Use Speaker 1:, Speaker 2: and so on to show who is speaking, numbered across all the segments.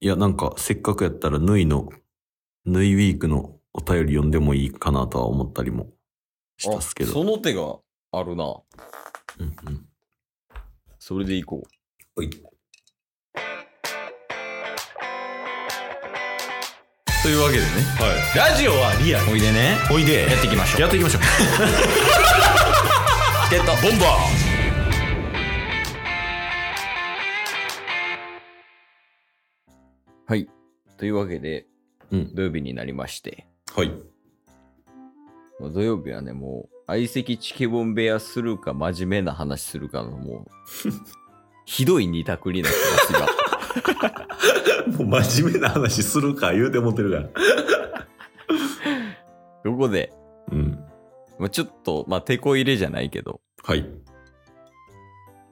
Speaker 1: いや、なんか、せっかくやったら、ぬいの、ぬいウィークのお便り読んでもいいかなとは思ったりもしたっすけ
Speaker 2: あそ
Speaker 1: ど。
Speaker 2: の手があるな。
Speaker 1: うんうん
Speaker 2: それでいこう。
Speaker 1: おい
Speaker 2: というわけでね。はい。ラジオはリアル。おいでね。
Speaker 1: おいで
Speaker 2: やっていきましょう。
Speaker 1: やってい きましょう。
Speaker 2: チケットボンバーはい。というわけで、
Speaker 1: うん
Speaker 2: 土曜日になりまして、
Speaker 1: はい。
Speaker 2: もう土曜日はね、もう、相席チケボン部屋するか、真面目な話するかの、 もう、ひどい二択になってますが。
Speaker 1: もう真面目な話するか言うて思ってるから。
Speaker 2: そこで、
Speaker 1: うん。
Speaker 2: まあ、ちょっと、まあ、手こ入れじゃないけど、
Speaker 1: はい。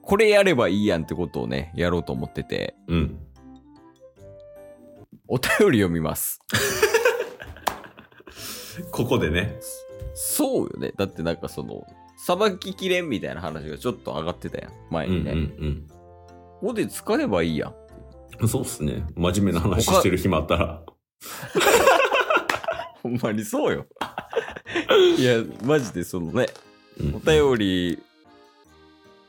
Speaker 2: これやればいいやんってことをね、やろうと思ってて、
Speaker 1: うん。
Speaker 2: お便り読みます。
Speaker 1: ここでね。
Speaker 2: そうよね。だってなんかその、さばききれんみたいな話がちょっと上がってたやん。前
Speaker 1: うん
Speaker 2: にね。
Speaker 1: うん
Speaker 2: ここで使えばいいやん。
Speaker 1: うん。そうっすね。真面目な話してる暇あったら。
Speaker 2: ほんまにそうよ。いや、マジでそのね、
Speaker 1: うん
Speaker 2: お便り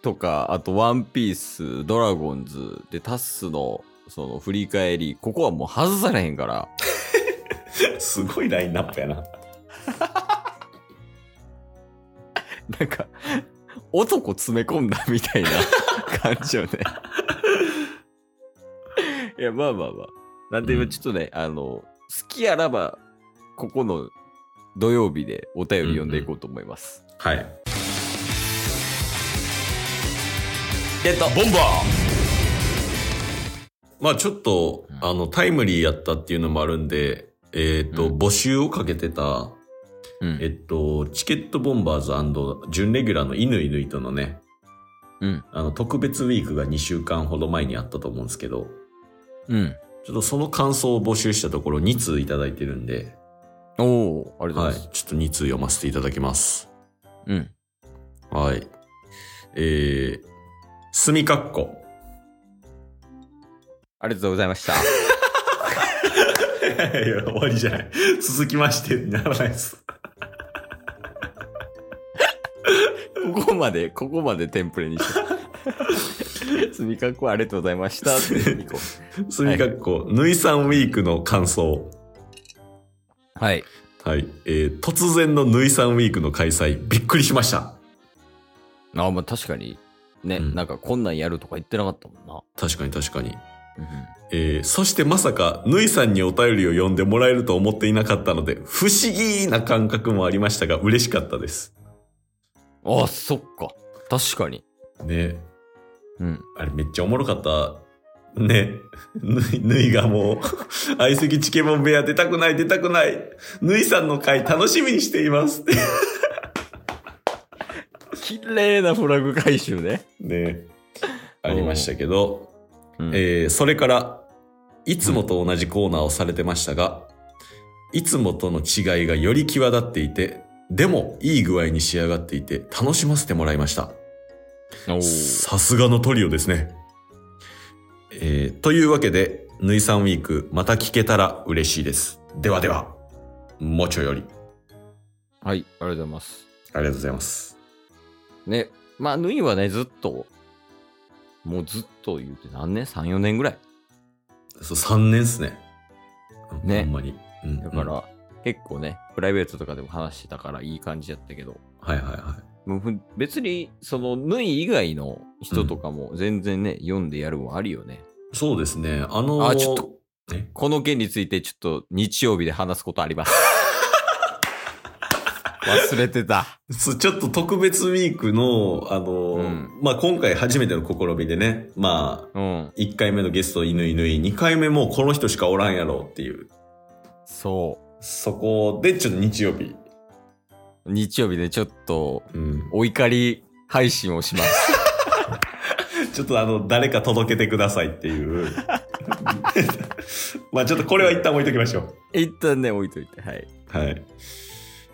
Speaker 2: とか、あとワンピース、ドラゴンズ、で、タッスの、その振り返り、ここはもう外されへんから、
Speaker 1: すごいラインナップやな。
Speaker 2: なんか、男詰め込んだみたいな感じよね。いや、まあまあまあ。なんで、
Speaker 1: うん
Speaker 2: ちょっとね、あの、好きやらば、ここの土曜日でお便り読んでいこうと思います。
Speaker 1: はい。
Speaker 2: ゲットボンバ
Speaker 1: まあちょっと、
Speaker 2: うん
Speaker 1: あの、タイムリーやったっていうのもあるんで、えっ、と、
Speaker 2: うん
Speaker 1: 募集をかけてた、
Speaker 2: ー、うん
Speaker 1: えっと、チケットボンバーズ準レギュラーのイヌイヌイとのね、
Speaker 2: うん。
Speaker 1: あの、特別ウィークが2週間ほど前にあったと思うんですけど、
Speaker 2: うん。
Speaker 1: ちょっとその感想を募集したところ2通いただいてるんで、
Speaker 2: おおありがとうご
Speaker 1: は
Speaker 2: ざい
Speaker 1: い
Speaker 2: ま
Speaker 1: ち
Speaker 2: す。。
Speaker 1: ょっと2通読ませていただきます。
Speaker 2: うん。
Speaker 1: はい。えー、すみかっこ。
Speaker 2: ありがとうございました。
Speaker 1: いや、 終わりじゃない。続きましてにならないです。
Speaker 2: ここまで、ここまでテンプレにして。す みかっこありがとうございましたって行こ
Speaker 1: すみかっこ、ぬいさんウィークの感想。
Speaker 2: う。はい。
Speaker 1: はい。えー、突然のぬいさんウィークの開催、びっくりしました。
Speaker 2: あまあ確かにね、
Speaker 1: うん
Speaker 2: なんかこんなんやるとか言ってなかったもんな。
Speaker 1: 確かに確かに。えー、そしてまさか、ぬいさんにお便りを読んでもらえると思っていなかったので、不思議な感覚もありましたが、嬉しかったです。
Speaker 2: ああそっか確かに。
Speaker 1: ね。
Speaker 2: うん、
Speaker 1: あれめっちゃおもろかった。ね。 ぬい、ぬいがもう、相席チケボン部屋出たくない出たくない。ぬいさんの回楽しみにしていますって。
Speaker 2: 綺麗なフラグ回収ね。
Speaker 1: ね。ありましたけど、
Speaker 2: うん
Speaker 1: えーそれから、いつもと同じコーナーをされてましたが、いつもとの違いがより際立っていて、でもいい具合に仕上がっていて楽しませてもらいました。
Speaker 2: おー
Speaker 1: さすがのトリオですね。えーというわけで、ぬいさんウィーク、また聞けたら嬉しいです。ではでは、もちょより。
Speaker 2: はいありがとうございます。
Speaker 1: ありがとうございます。
Speaker 2: ねまあぬいはねずっともうずっと言うて何年 ?34 年ぐらい。
Speaker 1: そう、3年っすね。
Speaker 2: ね
Speaker 1: ほんまに。うん
Speaker 2: だから、
Speaker 1: うん
Speaker 2: 結構ねプライベートとかでも話してたからいい感じやったけど。
Speaker 1: はいはいは
Speaker 2: もうふ別にその縫い以外の人とかも全然ね、読んでやるもありよね。
Speaker 1: い。そうですね。あのー
Speaker 2: あちょっと。
Speaker 1: ね、
Speaker 2: この件についてちょっと日曜日で話すことあります。 忘れてた。
Speaker 1: そうちょっと特別ウィークの、あのー
Speaker 2: うん
Speaker 1: まあ、今回初めての試みでね、まあ、
Speaker 2: うん。
Speaker 1: 1回目のゲスト、犬犬、2回目もうこの人しかおらんやろうっていう。
Speaker 2: そ
Speaker 1: そこで、ちょっと日曜日。
Speaker 2: う。日曜日でちょっと
Speaker 1: うん。
Speaker 2: お怒り配信をします。
Speaker 1: ちょっとあの、誰か届けてくださいっていう。 まあちょっとこれは一旦置いときましょう。
Speaker 2: 一旦ね、置いといて。はい。
Speaker 1: はい。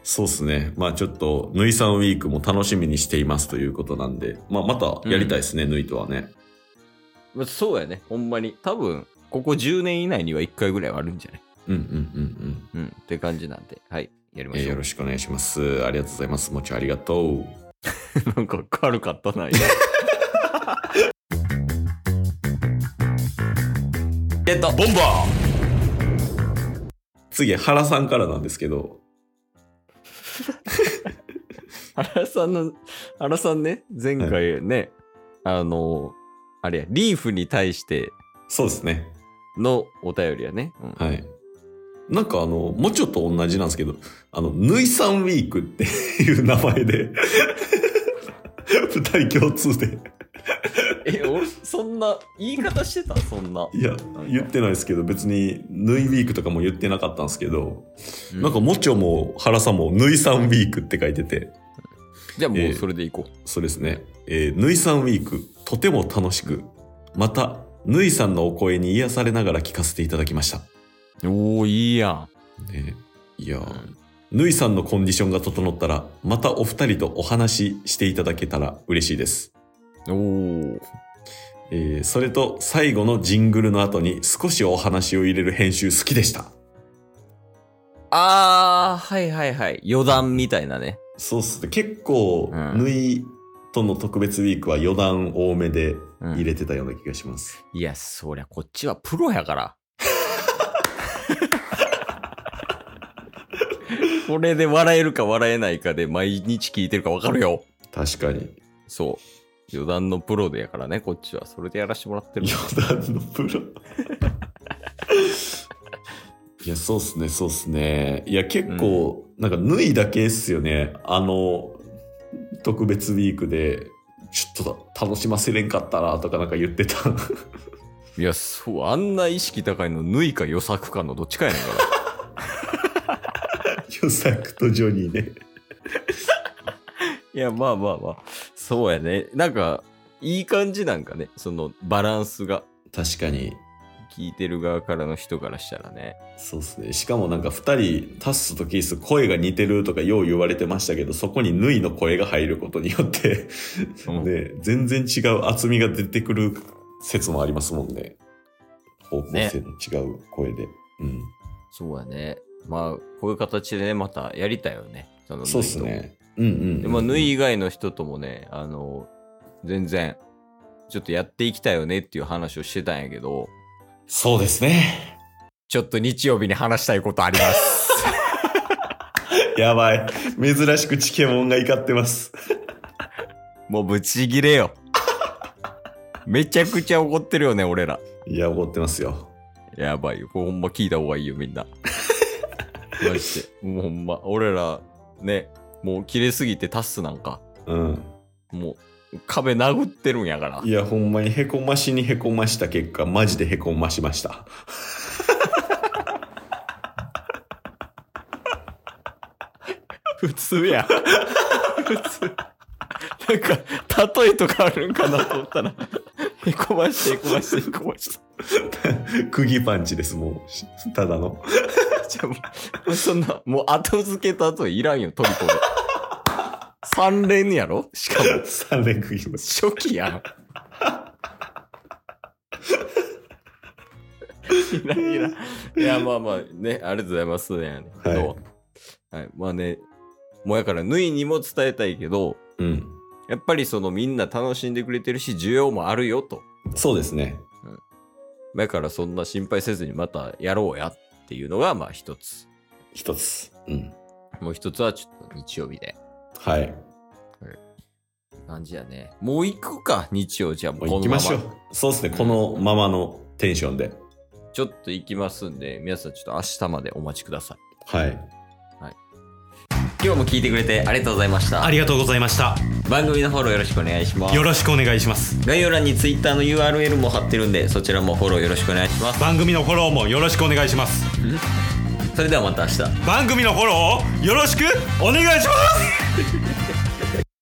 Speaker 1: そうですね。まあちょっと、ぬいさんウィークも楽しみにしていますということなんで、まあまたやりたいですね、ぬいとはね。
Speaker 2: まあそうやね。ほんまに。多分、ここ10年以内には1回ぐらいはあるんじゃない
Speaker 1: うんうんうん
Speaker 2: うん。って感じなんで、はい。やり
Speaker 1: う
Speaker 2: ま
Speaker 1: ん。えー
Speaker 2: しょ
Speaker 1: よろしくお願いします。ありがとうございます。もちろんありがとう。
Speaker 2: う。 なんか軽かったな、 今
Speaker 1: ゲットボンバー次、原さんからなんですけど、
Speaker 2: 原さんの、原さんね、前回ね、あの、あれや、リーフに対して
Speaker 1: そうですね。
Speaker 2: のお便りやね。うん
Speaker 1: はい。なんかあの、もうちょっと同じなんですけど、あの、ぬいさんウィークっていう名前で、 二人共通で。
Speaker 2: え、俺、そんな、言い方してたそんな。
Speaker 1: いや、言ってないですけど、別に、ぬいウィークとかも言ってなかったんですけど、
Speaker 2: うん
Speaker 1: なんか、もちょも原さんも、ぬいさんウィークって書いてて、
Speaker 2: じゃあも
Speaker 1: え
Speaker 2: う
Speaker 1: ー
Speaker 2: それでいこう。
Speaker 1: そうですね。えー、ぬいさんウィーク、とても楽しく、また、ぬいさんのお声に癒されながら聞かせていただきました。
Speaker 2: おー、いいやん。
Speaker 1: ね、いやー、
Speaker 2: うん
Speaker 1: ぬいさんのコンディションが整ったら、またお二人とお話ししていただけたら嬉しいです。
Speaker 2: おー。
Speaker 1: えーそれと、最後のジングルの後に少しお話を入れる編集好きでした。
Speaker 2: あー、はいはいはい。余談みたいなね。
Speaker 1: そうっすね。結構、
Speaker 2: うん
Speaker 1: ぬいとの特別ウィークは余談多めで
Speaker 2: うん
Speaker 1: 入れてたような気がします。
Speaker 2: いや、そりゃこっちはプロや から。これで笑えるか笑えないかで毎日聞いてるか分かるよ。
Speaker 1: 確かに。
Speaker 2: そう。余談のプロでやからね、こっちは。それでやらしてもらってる。
Speaker 1: 余談のプロ。いや、そうっすね、そうっすね。いや、結構、なんか、脱いだけっすよね。あの、特別ウィークで、ちょっと楽しませれんかったな、とかなんか言ってた。
Speaker 2: いや、そう、あんな意識高いの、縫いか予作かのどっちかやねんから。
Speaker 1: ヨサクとジョニーね。
Speaker 2: いや、まあまあまあ。そうやね。なんか、いい感じなんかね。その、バランスが。
Speaker 1: 確かに。
Speaker 2: 聞いてる側からの人からしたらね。
Speaker 1: そうっすね。しかもなんか二人、タッスとキース声が似てるとかよう言われてましたけど、そこにヌイの声が入ることによって、
Speaker 2: うん
Speaker 1: ね、全然違う厚みが出てくる説もありますもんね。方向性の違う声で。うん。
Speaker 2: そうやね。まあ、こういう形でね、またやりたいよね。その
Speaker 1: そうっす。ね。うんうんうん、
Speaker 2: 縫いとでも、縫い以外の人ともね、あの、全然、ちょっとやっていきたいよねっていう話をしてたんやけど、
Speaker 1: そうですね。
Speaker 2: ちょっと日曜日に話したいことあります。
Speaker 1: やばい。珍しくチケモンが怒ってます。
Speaker 2: もうブチギレよ。めちゃくちゃ怒ってるよね、俺ら。
Speaker 1: いや、怒ってますよ。
Speaker 2: やばいよ。これほんま聞いた方がいいよ、みん な。マジで。もうほんま、俺ら、ね、もう切れすぎてタスなんか、
Speaker 1: うん。
Speaker 2: もう壁殴ってるんやから。
Speaker 1: いや、ほんまにへこましにへこました結果、マジでへこましました。
Speaker 2: 普通や。普通。なんか、例えとかあるんかなと思ったら、へこまして、へこまして、へこまして。
Speaker 1: 釘パンチです、もう。ただの。
Speaker 2: じゃあもうもうそんな、もう後付けと後いらんよ、トリコで。3連やろしかも、
Speaker 1: 三連食います。
Speaker 2: 初期やん。 いらんいらん。いや、まあまあ、ね、ありがとうございますね。
Speaker 1: はい
Speaker 2: どうはい、まあね、もうやから、ぬいにも伝えたいけど、
Speaker 1: うん。
Speaker 2: やっぱりそのみんな楽しんでくれてるし、需要もあるよと。
Speaker 1: そうですね。
Speaker 2: だからそんな心配せずにまたやろうやっていうのがまあ一つ。
Speaker 1: 一つ。うん。
Speaker 2: もう一つはちょっと日曜日で。
Speaker 1: はい。
Speaker 2: 感じやね。もう行くか、日曜じゃあも
Speaker 1: も
Speaker 2: う
Speaker 1: う
Speaker 2: このまま
Speaker 1: 行きましょう。そうですね。このままのテンションで。
Speaker 2: ちょっと行きますんで、皆さんちょっと明日までお待ちください。
Speaker 1: はい。
Speaker 2: 今日も聞いてくれてありがとうございました。
Speaker 3: ありがとうございました。
Speaker 2: 番組のフォローよろしくお願いします
Speaker 3: よ。ろしくお願いします。
Speaker 2: 概要欄に Twitter の URL も貼ってるんで、そちらもフォローよろしくお願いします。
Speaker 3: 番組のフォローもよろしくお願いします。
Speaker 2: それではまた明日。
Speaker 3: 番組のフォローをよろしくお願いします